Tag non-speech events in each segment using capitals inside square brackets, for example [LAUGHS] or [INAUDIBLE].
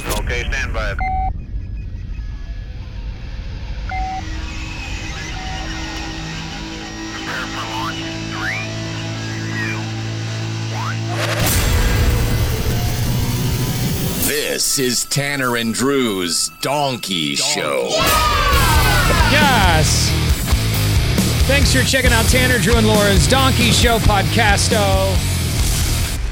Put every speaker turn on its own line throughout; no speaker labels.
Stand by. Prepare for launch in three, two, one.
This is Tanner and Drew's Donkey, Show.
Yes. Thanks for checking out Tanner, Drew, and Laura's Donkey Show Podcasto.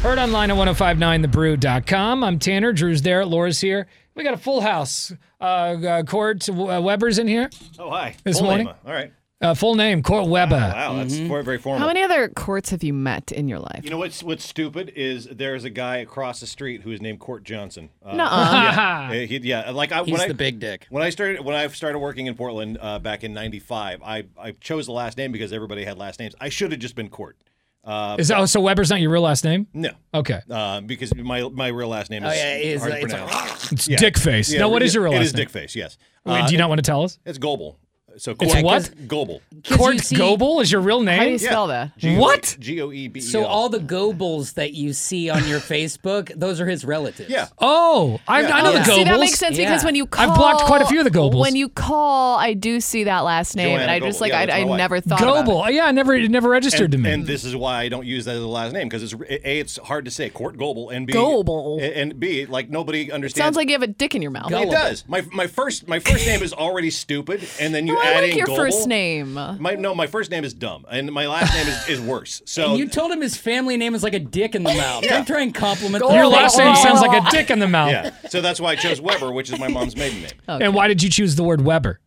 Heard online at 1059thebrew.com. I'm Tanner. Drew's there. Laura's here. We got a full house. Uh, uh, Court uh, Weber's in here.
Oh, hi.
This
Full
morning? mm-hmm.
name. All right.
Uh, full name, Court Weber.
Wow, that's for- very formal.
How many other courts have you met in your life?
you know what's what's stupid is there's a guy across the street who is named Court Johnson. Uh,
Nuh-uh. [LAUGHS]
uh, he- yeah, like I,
He's
when I,
the big dick.
When I started when I started working in Portland uh, back in '95, I, I chose the last name because everybody had last names. I should have just been Court. Uh,
Is that, oh, so Weber's not your real last name?
no,
Okay.
uh, because my my real last name is
Oh, yeah, it is,
hard to
it's
pronounce.
It's Dickface.
Yeah,
no, what is your real
It
last
is
name?
Dickface. Yes,
Wait,
Uh,
do you not want to tell us?
It's Goble. So
It's
Court-
what?
Goble.
'Cause
Court
you see-
Goebel is your real name?
How do you spell that?
G O-
What?
G O E B E L.
So all the gobles that you see on [LAUGHS] your Facebook, those are his relatives.
yeah.
oh, I, I know
Oh,
the Goebels.
See, that makes sense because
Yeah.
when you call,
I've blocked quite a few of the Goebbels.
When you call, I do see that last name, and
Joanna
I just
Goebbels.
like
Yeah, that's
I, I
my wife.
never thought about it.
Goebel. Yeah, I never, it never registered
and,
to me.
and this is why I don't use that as a last name because it's a it's hard to say Court Goble and b
Goble.
and b like nobody understands.
Sounds like you have a dick in your mouth.
it does. My my first my first name is already stupid, and then you
No,
add
I like
in
your
Goble.
first name.
My no, my first name is dumb, and my last name is, is
[LAUGHS]
worse. So
And you told him his family name is like a dick in the mouth. Don't try and compliment
your
them.
last name sounds like
[LAUGHS]
a dick in the mouth.
yeah, so that's why I chose Weber, which is my mom's maiden name.
Oh.
And why did you choose the word Weber?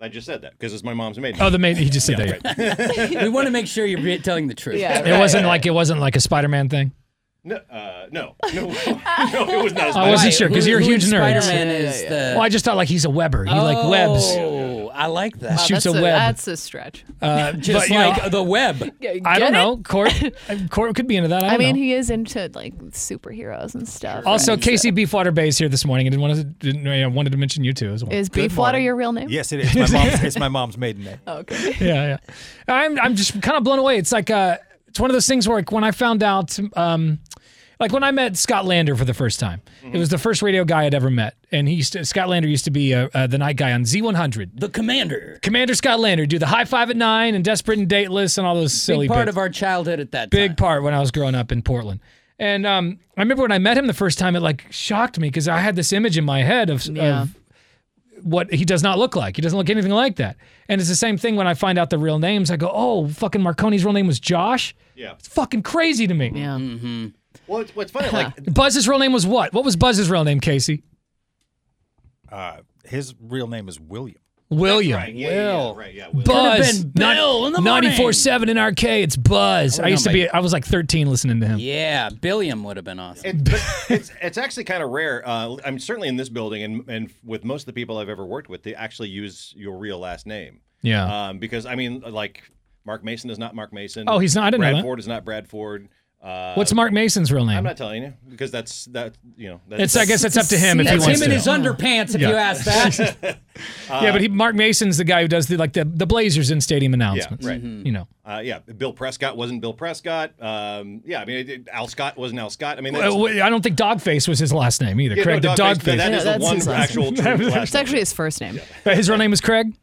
I just said that because it's my mom's maiden.
Oh,
name.
the main he just
[LAUGHS]
said that.
We want to make sure you're be- telling the truth.
Yeah,
It wasn't like it wasn't like a Spider-Man thing.
No, uh, no, [LAUGHS] no, no, it was not. As
I
bad.
wasn't [LAUGHS] sure because
Who-
you're a
who in
huge nerd.
Spider-Man
Yeah, yeah,
is
yeah.
the.
Well, I just thought like he's a Weber. He like webs.
Oh, I like that.
Shoots
that's
a web.
That's a stretch.
Uh,
Just
but, you know,
like the web.
I
Get
don't
it?
know.
[LAUGHS]
Court uh, Court could be into that. I,
I
don't
mean,
know.
he is into like superheroes and stuff.
also
right?
Casey Beefwater Bay is here this morning. I didn't want to didn't, I wanted to mention you two as well.
is Beefwater your real name?
Yes, it is. My mom's, it's my mom's maiden name.
Okay.
yeah, yeah. I'm I'm just kind of blown away. It's like uh, it's one of those things where like, when I found out, um, like when I met Scott Lander for the first time,
Mm-hmm.
it was the first radio guy I'd ever met, and he used to, Scott Lander used to be uh, uh, the night guy on Z100. [LAUGHS]
The commander.
Commander Scott Lander do the high five at nine and desperate and dateless and all those silly
Big part
bits.
of our childhood at that
big
time.
part when I was growing up in Portland. And um, I remember when I met him the first time, it like shocked me because I had this image in my head of,
Yeah.
of what he does not look like. He doesn't look anything like that. And it's the same thing when I find out the real names. I go, oh, fucking Marconi's real name was Josh.
Yeah.
It's fucking crazy to me.
Yeah.
Well, it's, what's funny, like
Buzz's real name was what? What was Buzz's real name, Casey?
Uh, his real name is William.
William.
right, yeah, yeah, yeah,
Will.
right, yeah, Will.
Buzz.
Could've been Bill in the morning.
94.7 in our K, it's Buzz. I used to be, I was like 13 listening to him.
Yeah, Billiam would have been awesome.
It, but it's it's actually kind of rare. Uh, I'm certainly in this building, and and with most of the people I've ever worked with, they actually use your real last name.
Yeah.
Um, because I mean, like Mark Mason is not Mark Mason.
Oh, he's not? I didn't know that.
Bradford is not Bradford. Uh,
What's Mark Mason's real name?
I'm not telling you because that's that you know. That's,
It's I guess it's up to him if he
That's
wants
him in
to.
his underpants,
[LAUGHS]
if
Yeah.
you ask that.
yeah, but he, Mark Mason's the guy who does the like the, the Blazers in stadium announcements.
right.
Mm-hmm.
You know,
Uh, yeah, Bill Prescott wasn't Bill Prescott. Um, yeah, I mean, it, it- Al Scott wasn't Al Scott. I mean, that's,
Uh, wait, I don't think Dogface was his last name either.
yeah,
Craig
no,
the
Dogface, but
Dogface.
that
Yeah,
is the
that's
one
his last
[LAUGHS]
actual true last
It's
name.
actually his first name.
But his real name was Craig.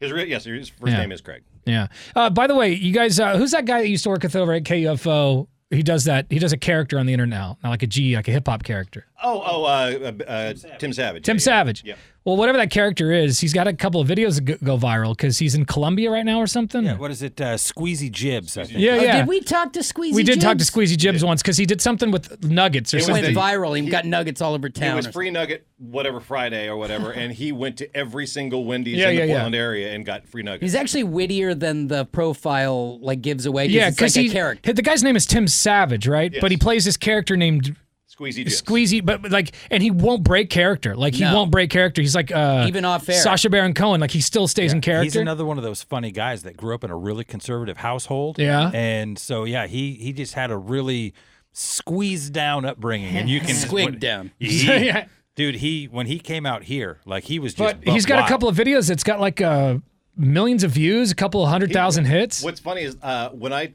His real- yes, his first
Yeah.
name is Craig.
Yeah. Uh, by the way, you guys, uh, who's that guy that used to work with over at KUFO? He does that. He does a character on the internet now, not like a G, like a hip hop character.
Oh, oh, uh, uh, uh, Tim Savage.
Tim
yeah, yeah.
Savage.
Yeah.
Well, whatever that character is, he's got a couple of videos that go- go viral because he's in Colombia right now or something. Yeah,
[LAUGHS] What is it? Uh, squeezy Jibs, I think.
yeah.
Oh, did we talk to Squeezy?
We did talk to
Jibs?
Squeezy Jibs once because he did something with nuggets or
It was
something.
went
He-
viral. He, got nuggets all over town.
It was
or
free nugget, whatever Friday
[LAUGHS]
or whatever, and he went to every single Wendy's
Yeah,
in
yeah,
the
yeah.
Portland area and got free nuggets.
He's actually wittier than the profile like gives away.
Yeah,
because
because
like
he [LAUGHS]
a character.
the guy's name is Tim Savage, right? But he
Yes.
plays this character named
Squeezy Jibs.
Squeezy, but but, like, and he won't break character. Like he
No.
won't break character. He's like uh,
Even off air.
Sasha Baron Cohen. Like he still stays in character.
He's another one of those funny guys that grew up in a really conservative household.
Yeah.
And so, yeah, he he just had a really squeezed down upbringing,
[LAUGHS]
and you can
Squigged
when-
down.
He-
Yeah.
Dude, he when he came out here, like he was just.
but he's got a couple of videos that's got like uh, millions of views, a couple of hundred thousand hits.
What's funny is uh, when I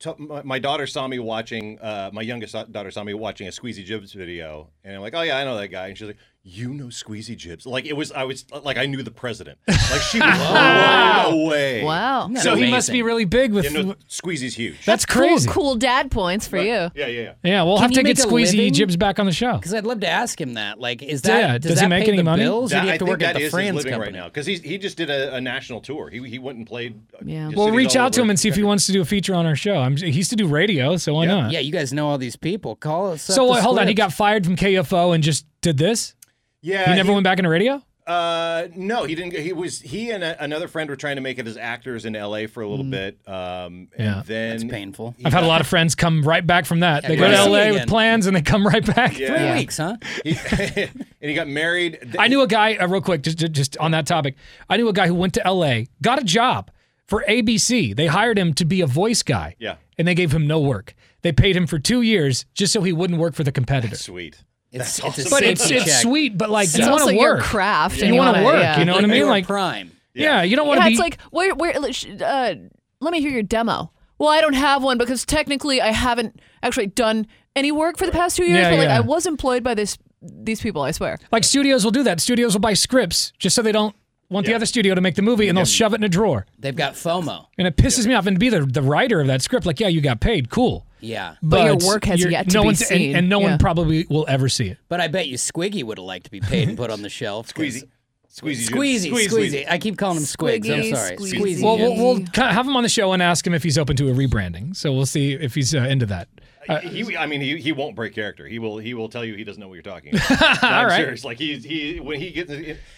t- my, my daughter saw me watching, uh, my youngest daughter saw me watching a Squeezy Jibs video, and I'm like, oh yeah, I know that guy, and she's like, you know Squeezy Jibs. Like it was, I was like, I knew the president. Like
[LAUGHS]
she was blown away.
Wow.
So he must be
Amazing.
really big with.
You know, Squeezy's huge.
that's
Cool-
crazy.
Cool, dad points for you.
Yeah, yeah, yeah.
Yeah, we'll
Can
have to
you
get
make a
Squeezy
living?
Jibs back on the show.
Because I'd love to ask him that. Like, is that
Yeah,
does,
does he
that
make
pay
any
the
money?
bills, or do
That-
you
I
have to
think
work at
that
the
is his
France
living
company?
right now because he he just did a, a national tour. He he went and played. uh,
Yeah.
just
We'll
cities
reach
all
out to
over.
him and see if he wants to do a feature on our show. I'm, he used to do radio, so why not?
Yeah, you guys know all these people. Call us. up
So
the
wait, hold on, he
script.
got fired from KFO and just did this.
Yeah,
He never went back into radio.
Uh, no, he didn't. He was he and a, another friend were trying to make it as actors in L.A. for a little bit. Um,
Mm.
and
Yeah.
then
That's painful.
I've had a lot of friends come right back from that. They go
yeah.
to
See you
LA with
again.
plans and they come right back.
Three
Yeah.
weeks, huh?
he, [LAUGHS] and he got married. Th-
I knew a guy uh, real quick, just just on that topic. I knew a guy who went to LA, got a job for ABC. They hired him to be a voice guy.
Yeah.
and they gave him no work. They paid him for two years just so he wouldn't work for the competitor.
Sweet.
It's, it's a
But it's
safety
it's
check.
sweet, but like
It's
you want
also
to
your
work.
craft.
You
and
wanna
wanna-
work,
yeah.
you know what I mean?
your
Like,
prime.
yeah, you don't want
Yeah,
to be.
it's like where where let- sh- uh, let me hear your demo. Well, I don't have one because technically I haven't actually done any work for the past two years.
Yeah,
but like
yeah.
I was employed by this these people. I swear.
Like studios will do that. Studios will buy scripts just so they don't want the other studio to make the movie, and they'll shove it in a drawer.
They've got FOMO.
And it pisses me off. And to be the, the writer of that script, like, yeah, you got paid, cool.
Yeah.
But your work has
you're-
yet to
no
be
one's, and-
seen.
and, no
Yeah.
one probably will ever see it.
But I bet you Squiggy would have liked to be paid and put on the shelf.
Squeezy.
'cause-
Squeezy.
Squeezy,
Squeeze,
squeezy,
squeeze.
I keep calling him Squigs.
Squiggy,
I'm sorry.
Squeezy.
Squeezy.
Well, we'll,
yeah.
we'll ca- have him on the show and ask him if he's open to a rebranding. So we'll see if he's uh, into that.
He, I mean, he, he won't break character. He will he will tell you he doesn't know what
[LAUGHS]
you're talking about. All
right.
Like he he when he gets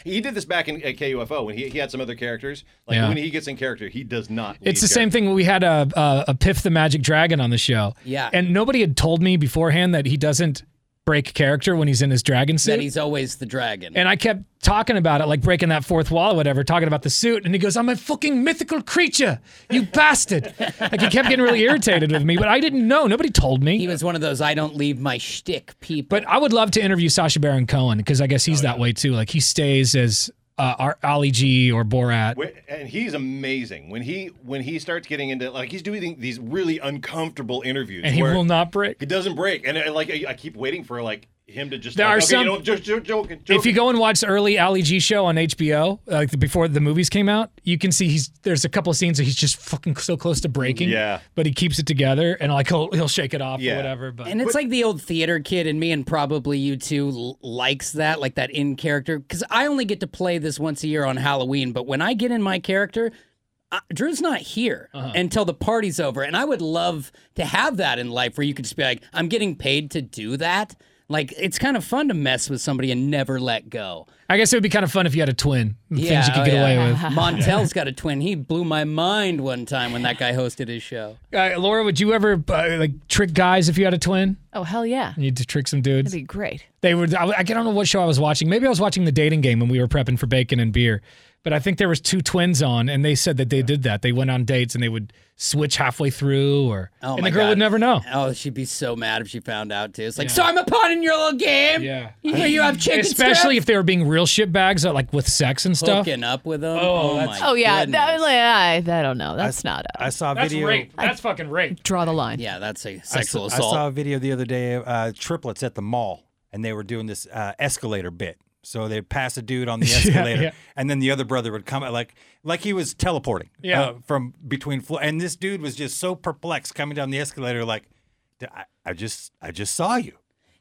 he did this back in at KUFO when he, he had some other characters. Like
Yeah.
when he gets in character, he does not.
It's the same thing. when We had a, a, a Piff the Magic Dragon on the show.
Yeah.
And nobody had told me beforehand that he doesn't break character when he's in his dragon suit.
That he's always the dragon.
And I kept talking about it, like breaking that fourth wall or whatever, talking about the suit. And he goes, I'm a fucking mythical creature, you bastard. Like he kept getting really irritated with me, but I didn't know. Nobody told
he
me.
was one of those I don't leave my shtick people.
But I would love to interview Sasha Baron Cohen because I guess he's
Oh,
that way too. Like he stays as uh, our Ali G or Borat.
Wh- and he's amazing when he when he starts getting into like he's doing these really uncomfortable interviews
And he
where
will not break.
he doesn't break and I, like I, I keep waiting for like him to just
There
like,
are
okay,
some-
you know, just, just joking, joking.
If you go and watch the early Ali G show on HBO, like the, before the movies came out, you can see he's there's a couple of scenes that he's just fucking so close to breaking.
Yeah.
But he keeps it together and like he'll, he'll shake it off or
Yeah.
whatever. But
and it's like the old theater kid in me, and probably you too, l- likes that, like that in character. Because I only get to play this once a year on Halloween, but when I get in my character, I, Drew's not here
Uh-huh.
until the party's over. And I would love to have that in life where you could just be like, I'm getting paid to do that. Like, it's kind of fun to mess with somebody and never let go.
I guess it would be kind of fun if you had a twin. things you could
oh,
get
yeah.
away with.
[LAUGHS] Montel's got a twin. He blew my mind one time when that guy hosted his show.
Uh, Laura, would you ever uh, like trick guys if you had a twin?
Oh hell yeah,
You need to trick some dudes.
that'd be great.
They were. I, I don't know what show I was watching. Maybe I was watching the dating game when we were prepping for bacon and beer. But I think there was two twins on, and they said that they did that. They went on dates and they would switch halfway through, or
Oh
and
my
the girl
God.
would never
[LAUGHS]
know.
Oh, she'd be so mad if she found out too. It's like, so I'm a pawn in your little game.
Yeah.
You know you have chicken
Especially if they were being real shit bags, uh, like with sex and stuff.
hooking up with them.
Oh,
Oh,
that's-
my.
Oh yeah,
goodness.
that, like, I, I don't know. That's not a
I saw a video.
That's fucking rape.
draw the line.
yeah, that's a
I
sexual
s- I
assault.
saw a video the other day of uh, triplets at the mall, and they were doing this uh, escalator bit. So they'd pass a
[LAUGHS]
dude on the escalator,
yeah.
and then the other brother would come out like like he was teleporting
Yeah.
uh, from between floor. And this dude was just so perplexed coming down the escalator, like, "D- I, I just I just saw you.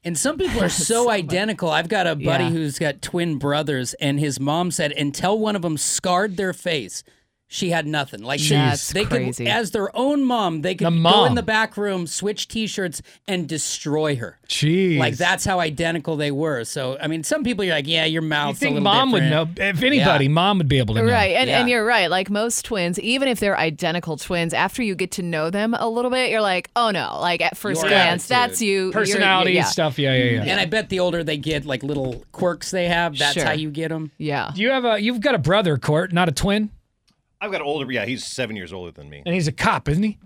And some people
[LAUGHS]
are so identical. I've got a buddy
Yeah.
who's got twin brothers, and his mom said until one of them scarred their face, she had nothing. Like they-
That's
they
crazy.
could, as their own mom, they could
The
go
mom.
in the back room, switch T-shirts, and destroy her.
Jeez.
Like that's how identical they were. So I mean, some people you're like, yeah, your
You
mouth's a
think
little
mom would
different.
know? If anybody, mom would be able to know.
Right, and, and
Yeah.
you're right. Like most twins, even if they're identical twins, after you get to know them a little bit, you're like, oh no, like at first
Your
glance,
attitude.
that's you. You're-
Personality
yeah.
and stuff. Yeah, yeah, yeah.
And I bet the older they get, like little quirks they have, that's
Sure.
how you get them.
Yeah.
You have a you've got a brother, Court, not a twin,
I've got an older. Yeah, he's seven years older than me.
and he's a cop, isn't he?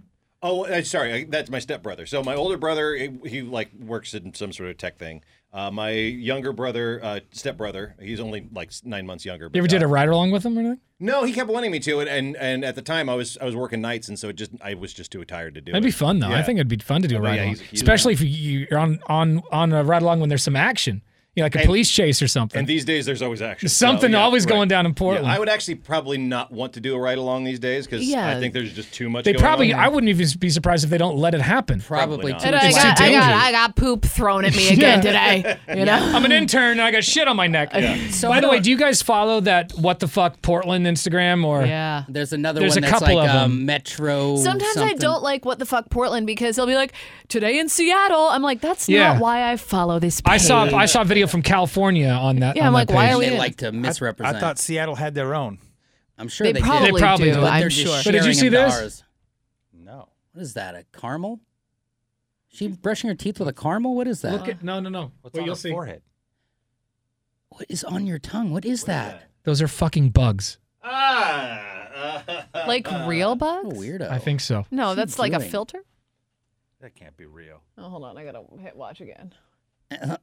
Oh, uh, sorry, I- that's my stepbrother. So my older brother, he, he, like works in some sort of tech thing. Uh, my younger brother, uh, stepbrother, he's only like s- nine months younger. uh,
You ever did a ride along with him or anything?
No, he kept wanting me to, and, and and at the time I was I was working nights, and so it just I was just too tired to do
That'd
it.
be fun though. I
Yeah.
think it'd be fun to do a
yeah,
ride along,
he's- he's-
especially if you- you're on on on a ride along when there's some action. you know, like a police chase or something.
And these days, there's always action.
Something
So, yeah,
always
right.
going down in
Yeah,
Portland.
I would actually probably not want to do a ride along these days because
Yeah.
I think there's just too much.
they
going
probably,
on.
I wouldn't even be surprised if they don't let it happen.
Probably,
not.
too.
And I
It's too
got, I got
dangerous.
I got poop thrown at
[LAUGHS]
me again today. You know.
I'm an intern and I got shit on my neck.
So
By
I
the way,
don't-
do you guys follow that what the fuck Portland Instagram or
Yeah.
There's another
There's
one
a
that's
couple
like
of 'em.
um, Metro.
Sometimes I
something.
don't like what the fuck Portland because they'll be like today in Seattle. I'm like that's
Yeah.
not why I follow this. Page.
I saw I saw a video from California on that.
Yeah,
on
I'm
that
like, why
page.
are we-
They like to misrepresent.
I thought Seattle had their own.
am sure
They,
they,
probably,
did.
They probably do,
do.
but
I'm
They're just
sure.
But did you
sharing
see
them to
this?
ours.
No.
What is that? A caramel? She brushing her teeth with a caramel? What is that?
Look at no no no.
What's
Wait,
on
you'll
your
see.
forehead?
what is on your tongue? What is that?
Those are fucking bugs.
Ah, uh,
Like
[LAUGHS]
real bugs?
What a weirdo.
I think so.
No,
What's he
that's like a
doing?
filter.
That can't be real.
Oh, hold on, I gotta hit watch again.
[LAUGHS]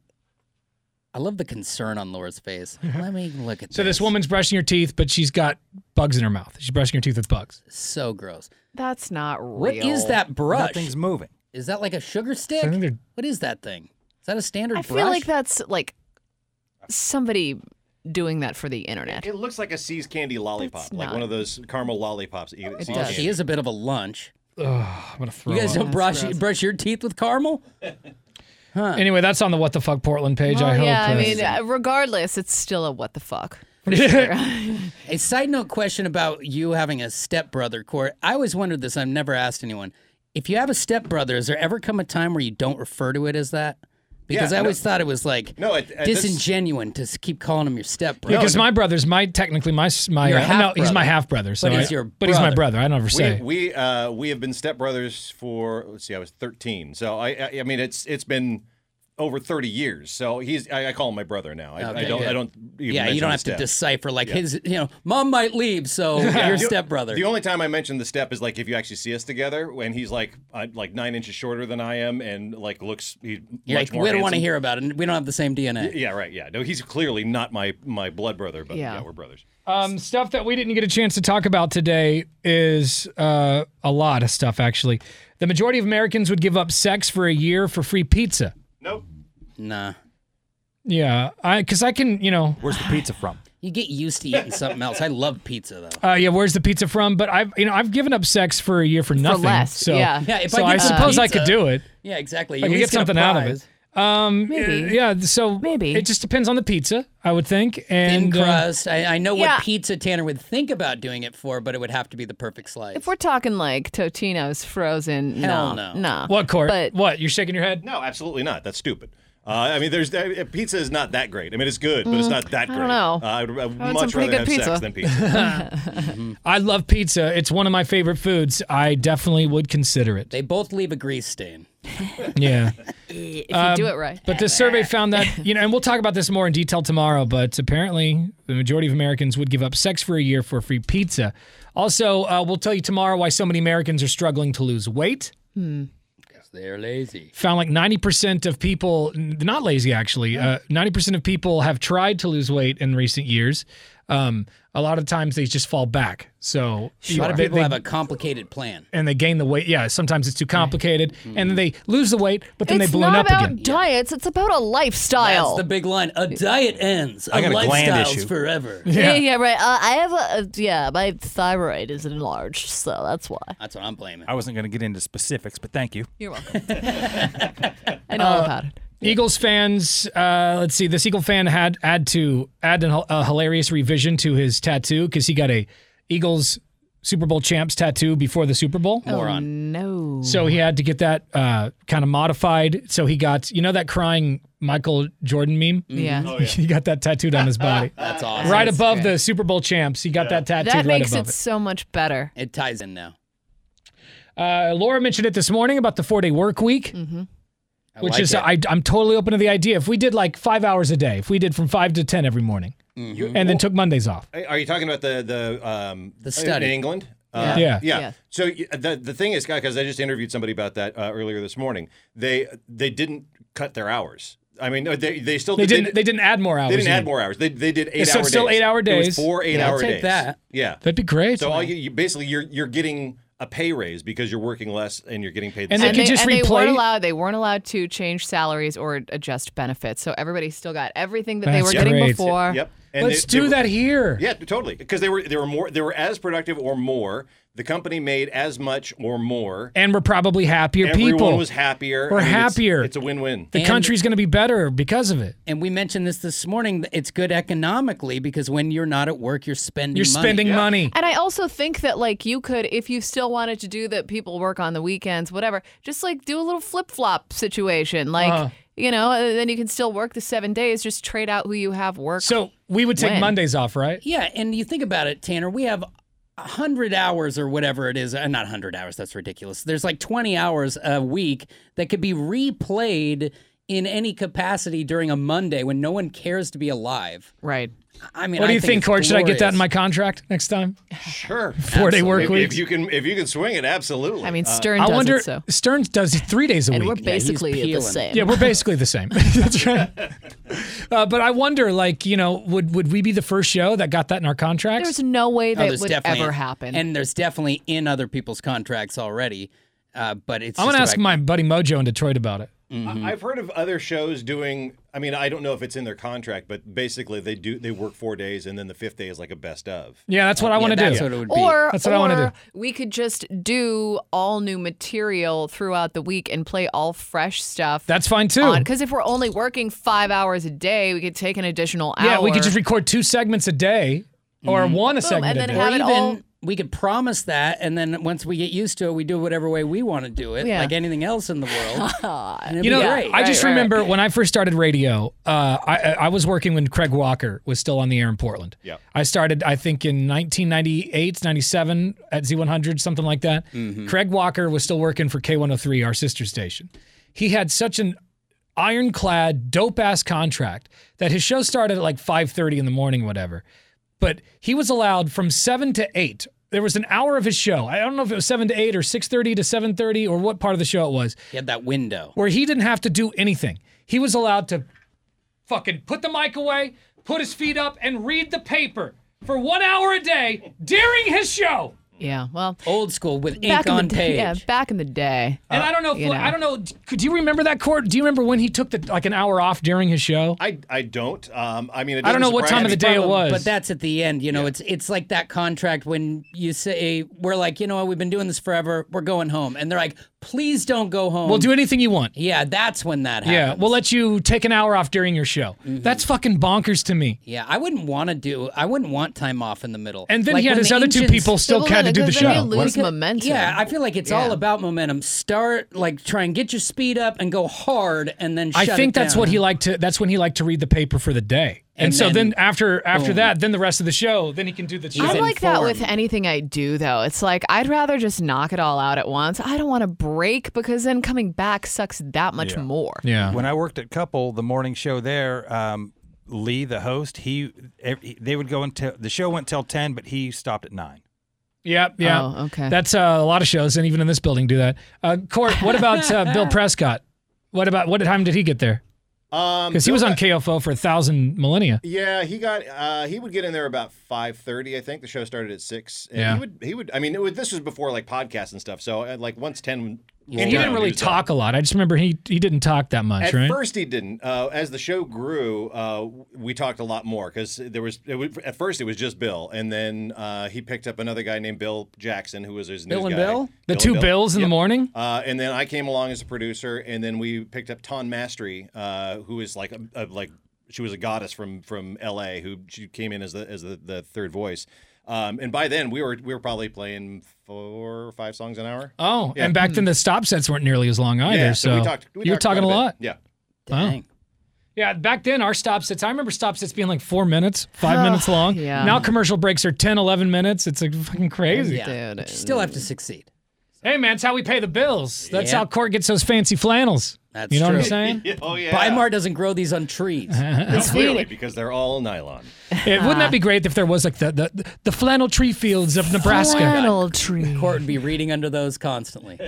I love the concern on Laura's
[LAUGHS]
face. Let me look at
So
this.
this woman's brushing her teeth, but she's got bugs in her mouth. She's brushing her teeth with bugs.
So gross.
That's not real.
What is that brush?
Nothing's moving.
Is that like a sugar stick?
I think they're-
What is that thing? Is that a standard
I
brush?
feel like that's like somebody doing that for the internet.
It looks like a See's candy lollipop,
That's
like
not-
one of those caramel lollipops. that you get at See's
does.
She
Candy.
is a bit of a lunch.
Ugh, I'm gonna throw
You guys
up.
don't brush brush your teeth with caramel?
Anyway, that's on the what the fuck Portland page. I
Well,
hope.
yeah, I
uh,
mean, uh, regardless, it's still a what the fuck.
[LAUGHS]
A side note question about you having a stepbrother, Court. I always wondered this. I've never asked anyone. If you have a stepbrother, has there ever come a time where you don't refer to it as that? Because
Yeah,
I
no.
always thought it was like
No, at- at this-
disingenuine to s- keep calling him your stepbrother.
because my brother's my technically my s- my
Your
uh, no, he's
half-brother.
my half brother. So
But he's
I-
your
but he's my
brother.
brother. I don't ever say.
We we uh, we have been stepbrothers for let's see, I was 13, so I I, I mean it's it's been over 30 years. So he's I, I call him my brother now. I, I
Okay,
don't
good.
I don't even
yeah,
mention
you don't
the
have to
step.
decipher like his. You know, mom might
[LAUGHS]
leave, so your
The-
stepbrother.
The only time I mention the step is like if you actually see us together, when he's like uh, like nine inches shorter than I am, and like looks he
You're
much
like,
more
we don't want to
handsome."
hear about it. We don't have the same DNA.
Yeah, right. Yeah, no, he's clearly not my my blood brother, but
Yeah.
yeah, we're brothers.
Um, stuff that we didn't get a chance to talk about today is uh, a lot of stuff, actually. The majority of Americans would give up sex for a year for free pizza.
Nope.
Nah,
Yeah, I because I can, you know,
Where's the pizza from?
you get used to eating something else. I love pizza though.
uh, yeah, where's the pizza from? But I've, you know, I've given up sex for a year for nothing.
less,
so
yeah.
Yeah, if I
so I,
get some
suppose I
pizza-
could do it.
Yeah, exactly.
I
At
could get
least a
something out of
prize.
it. Um,
Maybe.
Yeah, so
Maybe.
it just depends on the pizza, I would think. And
Thin
uh,
crust. I, I know
Yeah.
what pizza Tanner would think about doing it for, but it would have to be the perfect slice.
If we're talking like Totino's frozen,
Hell
no,
no.
what court?
But
what you're shaking your head?
No, absolutely not. That's stupid. Uh, I mean, there's uh, pizza is not that great. I mean, it's good, but it's not that great.
Mm, don't know.
Uh, I'd, I'd
some
much
pretty
rather
good
have
pizza.
sex than
[LAUGHS]
pizza.
I love pizza. It's one of my favorite foods. I definitely would consider it.
[LAUGHS] they both leave a grease stain.
Yeah.
if you do it right,
um, But this survey found that, you know, and we'll talk about this more in detail tomorrow, but apparently the majority of Americans would give up sex for a year for free pizza. Also, uh, we'll tell you tomorrow why so many Americans are struggling to lose weight.
They're lazy.
Found like 90% of people, n- not lazy actually, uh, 90% of people have tried to lose weight in recent years. Um, a lot of times they just fall back. So,
A lot of
they-
people
they-
have a complicated plan.
and they gain the weight. Yeah, sometimes it's too complicated. And then they lose the weight, but then
it's
they balloon
not
up
about
again.
diets. It's about a
That's
lifestyle.
the big line. A diet ends. A
I got a gland
lifestyle's
issue.
forever.
[LAUGHS]
yeah. yeah, right. Uh, I have a, a yeah. My thyroid is enlarged, so that's why.
That's what I'm blaming.
I wasn't going to get into specifics, but thank you.
You're welcome. I know all
Uh,
about it.
Eagles fans, uh, let's see. This Eagle fan had had to add an, a hilarious revision to his tattoo because he got a Eagles Super Bowl champs tattoo before the Super Bowl.
Moron.
Oh, No.
So he had to get that uh, kind of modified. So he got you know that crying Michael Jordan meme.
Yeah.
[LAUGHS] he got that tattooed on his body,
That's awesome.
right above the Super Bowl champs. He got that tattooed
That
right
makes
above
it so much better.
It ties in now.
it. Uh, Laura mentioned it this morning about the four day work week.
I
which
like
is
it.
I, I'm totally open to the idea. If we did like five hours a day, if we did from five to ten every morning, and then took Mondays off.
Are you talking about the the um,
The study.
in England? Uh,
Yeah. Yeah.
yeah.
Yeah.
So y- the the thing is, because I just interviewed somebody about that uh, earlier this morning. They they didn't cut their hours. I mean, they they still
They
did-
didn't. They didn't add more hours.
They didn't add
in.
more hours. They, they did eight
So
hour
it's still
days.
eight-hour
It was
days.
four eight
I'll
hour
take
days.
that.
Yeah.
That'd be great.
So all you, you basically you're you're getting a a pay raise because you're working less and you're getting paid. The
And
same.
they could just
and They
replay
weren't
it?
allowed. They weren't allowed to change salaries or adjust benefits. So everybody still got everything that they
That's
were getting
great.
before.
Yep. And
Let's
they- they
do
were-
that here.
Yeah, totally. Because they were they were more they were as productive or more. The company made as much or more.
And we're probably happier
Everyone
people.
was happier.
We're
it's-
happier.
It's, a win-win.
the country's going to be better because of it.
And we mentioned this this morning. that It's good economically because when you're not at work, you're spending.
You're
money.
spending money.
And I also think that like you could, if you still wanted to do that, people work on the weekends, whatever. Just like do a little flip flop situation, like
Uh-huh.
you know, and then you can still work the seven days. Just trade out who you have work.
So we would take
When?
Mondays off, right?
Yeah, and you think about it, Tanner. We have hundred hours or whatever it is. Uh, not hundred hours. That's ridiculous. There's like twenty hours a week that could be replayed in any capacity during a Monday when no one cares to be alive.
right.
I mean,
What
I
do you think,
it's
Cord? Should I get that in my
glorious.
contract next time?
Sure.
Four day work
If, if
week.
you can if you can swing it, absolutely.
I mean,
Uh,
Stern
I
does
wonder.
it so.
Stern does three days a
And
week.
we're
he's
basically the
peeling.
same.
Yeah, we're basically the same. [LAUGHS] That's right. Uh, but I wonder, like, you know, would would we be the first show that got that in our contracts?
There's no way
Oh,
that
there's
would
definitely-
ever happen.
And there's definitely in other people's contracts already. Uh, but it's.
I'm
just
gonna ask
about-
my buddy Mojo in Detroit about it.
uh-huh.
I- I've heard of other shows doing. I mean, I don't know if it's in their contract, but basically they do. They work four days, and then the fifth day is like a best of.
Yeah, that's what I
Yeah,
want to
that's
do.
what it would be.
Or,
That's
or
what I wanna
we could just do all new material throughout the week and play all fresh stuff.
That's fine too.
Because if we're only working five hours a day, we could take an additional hour. Mm-hmm.
yeah, we could just record two segments a day or one a segment
and
a
then
day.
have it
even
all-
we could promise that, and then once we get used to it, we do it whatever way we want to do it,
Yeah.
like anything else in
[LAUGHS]
the world. And it'd
You know,
be
right,
I just
right, right.
remember when I first started radio. Uh, I I I was working when Craig Walker was still on the air in Portland.
Yep.
I started, I think, in 1998, 97 at Z100, something like that. Craig Walker was still working for K103, our sister station. He had such an ironclad, dope ass contract that his show started at like 5:30 in the morning, whatever. But he was allowed from seven to eight. There was an hour of his show. I don't know if it was seven to eight or 6:30 to 7:30 or what part of the show it was
You had that window.
where he didn't have to do anything. He was allowed to fucking put the mic away, put his feet up, and read the paper for one hour a day during his show.
Yeah, well,
Old school with
back
ink
in
on
the [LAUGHS] day.
page.
Yeah, back in the day.
And
Uh,
I don't know, if,
you know.
I don't know. Could do you remember that court? Do you remember when he took the like an hour off during his show?
I I don't. Um, I mean, it
I don't
doesn't
know what
surprise
time
me.
of the day it was.
But that's at the end, you know. It's it's like that contract when you say we're like, you know what, we've been doing this forever. We're going home, and they're like, please don't go home.
we'll do anything you want.
Yeah, that's when that happens.
Yeah, we'll let you take an hour off during your show.
Mm-hmm.
That's fucking bonkers to me.
Yeah, I wouldn't want to do. I wouldn't want time off in the middle.
And then
Like
he had
when
his
the
other two
ancients-
people still
Well,
had to
then-
do the
'cause then you
show.
lose
Because-
momentum.
Yeah, I feel like it's all
Yeah.
about momentum. Start like try and get your speed up and go hard, and then
I
shut
think
it
that's
down.
what he liked to. That's when he liked to read the paper for the day. And,
And
so then,
then-
after after
boom.
that, then the rest of the show, then he can do the. show.
I
He's
like that with
informed.
anything I do, though. It's like I'd rather just knock it all out at once. I don't want to break because then coming back sucks that much more.
Yeah.
When I worked at Couple, the morning show there, um, Lee, the host, he ev- they would go until the show went till ten, but he stopped at nine.
Yep. Yeah.
Oh, okay.
That's uh, a lot of shows, and even in this building, do that. Uh, Court, what about uh,
[LAUGHS]
Bill Prescott? What about what time did he get there?
Um,
Because he was on KFO for a thousand millennia.
Yeah, he got uh, he would get in there about five thirty. I think the show started at six. And
Yeah.
he would he would. I mean, it was, this was before like podcasts and stuff. So uh, like once ten,
And he didn't really talk a lot. I just remember he he didn't talk that much,
At
right?
first, he didn't. Uh, as the show grew, uh, we talked a lot more because there was, it was. At first, it was just Bill, and then uh, he picked up another guy named Bill Jackson, who was his
Bill
news
and
guy.
Bill?
the
and
two
Bill.
bills in the morning.
Uh, and then I came along as a producer, and then we picked up Ton Mastery, uh, who is like a, a, like she was a goddess from from L.A. who she came in as the as the, the third voice. Um, and by then we were we were probably playing four or five songs an hour.
Oh,
Yeah.
and back then the stop sets weren't nearly as long either.
yeah,
so
we talked. We
you were
talked
talking
quite
a
bit.
lot.
Yeah.
Dang.
Yeah, back then our stop sets, I remember stop sets being like four minutes,
[SIGHS]
five minutes long.
yeah.
Now commercial breaks are 10, 11 minutes. It's like fucking crazy.
Yeah,
Dude,
but you still have to succeed.
Hey, man, it's how we pay the bills. That's
Yeah.
how Court gets those fancy flannels.
That's
you know what I'm
true. [LAUGHS]
saying?
[LAUGHS] Oh yeah.
Bimar doesn't grow these on trees.
[LAUGHS]
clearly because they're all nylon.
It, wouldn't that be great if there was like the, the, the flannel tree fields of Nebraska?
Flannel tree.
Court would be reading under those constantly.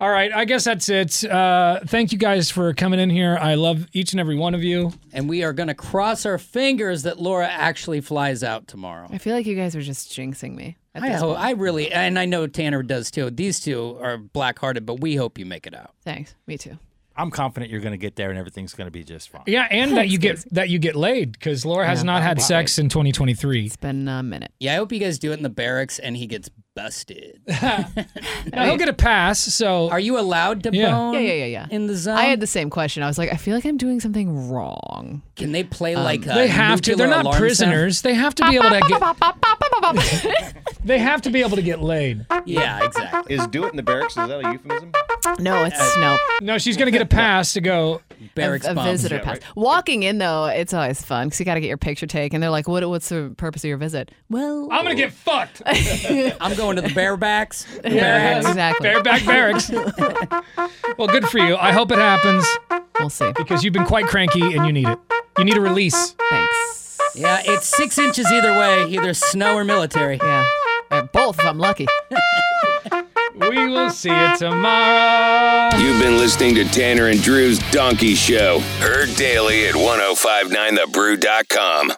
All right, I guess that's it. Uh, thank you guys for coming in here. I love each and every one of you.
And we are going to cross our fingers that Laura actually flies out tomorrow.
I feel like you guys are just jinxing me. At
I,
this
hope,
point.
I really, and I know Tanner does too. These two are black hearted, but we hope you make it out.
Thanks. Me too.
I'm confident you're going to get there and everything's going to be just fine.
Yeah, and that you get that you get laid because Laura has not had sex in 2023.
It's been a minute.
Yeah, I hope you guys do it in the barracks and he gets busted.
[LAUGHS] Now, he'll get a pass. So
Are you allowed to
Yeah.
bone
Yeah, yeah, yeah, yeah.
in the zone?
I had the same question. I was like, I feel like I'm doing something wrong.
Can they play like a
Um, they have to. They're
nuclear
not
alarm
prisoners. They have to be able to get. They have to be able to get laid.
sound? Yeah, exactly.
Is do it in the barracks? Is that a euphemism?
[LAUGHS] No, it's no
No, she's gonna get a pass to go.
[LAUGHS]
Barracks
a, a
bomb.
visitor pass. Walking in though, it's always fun because you got to get your picture taken. They're like, what, What's the purpose of your visit? Well,
I'm gonna get
[LAUGHS]
fucked.
I'm going to the
[LAUGHS]
barebacks.
[LAUGHS]
yeah,
Barracks.
exactly.
Bareback barracks. well, good for you. I hope it happens
We'll see.
because you've been quite cranky and you need it. You need a release.
Thanks.
Yeah, it's six inches either way, either snow or military.
Yeah, Or both if I'm lucky.
We will see you tomorrow.
You've been listening to oh Tanner and Drew's Donkey Show. Heard daily at 1059thebrew.com.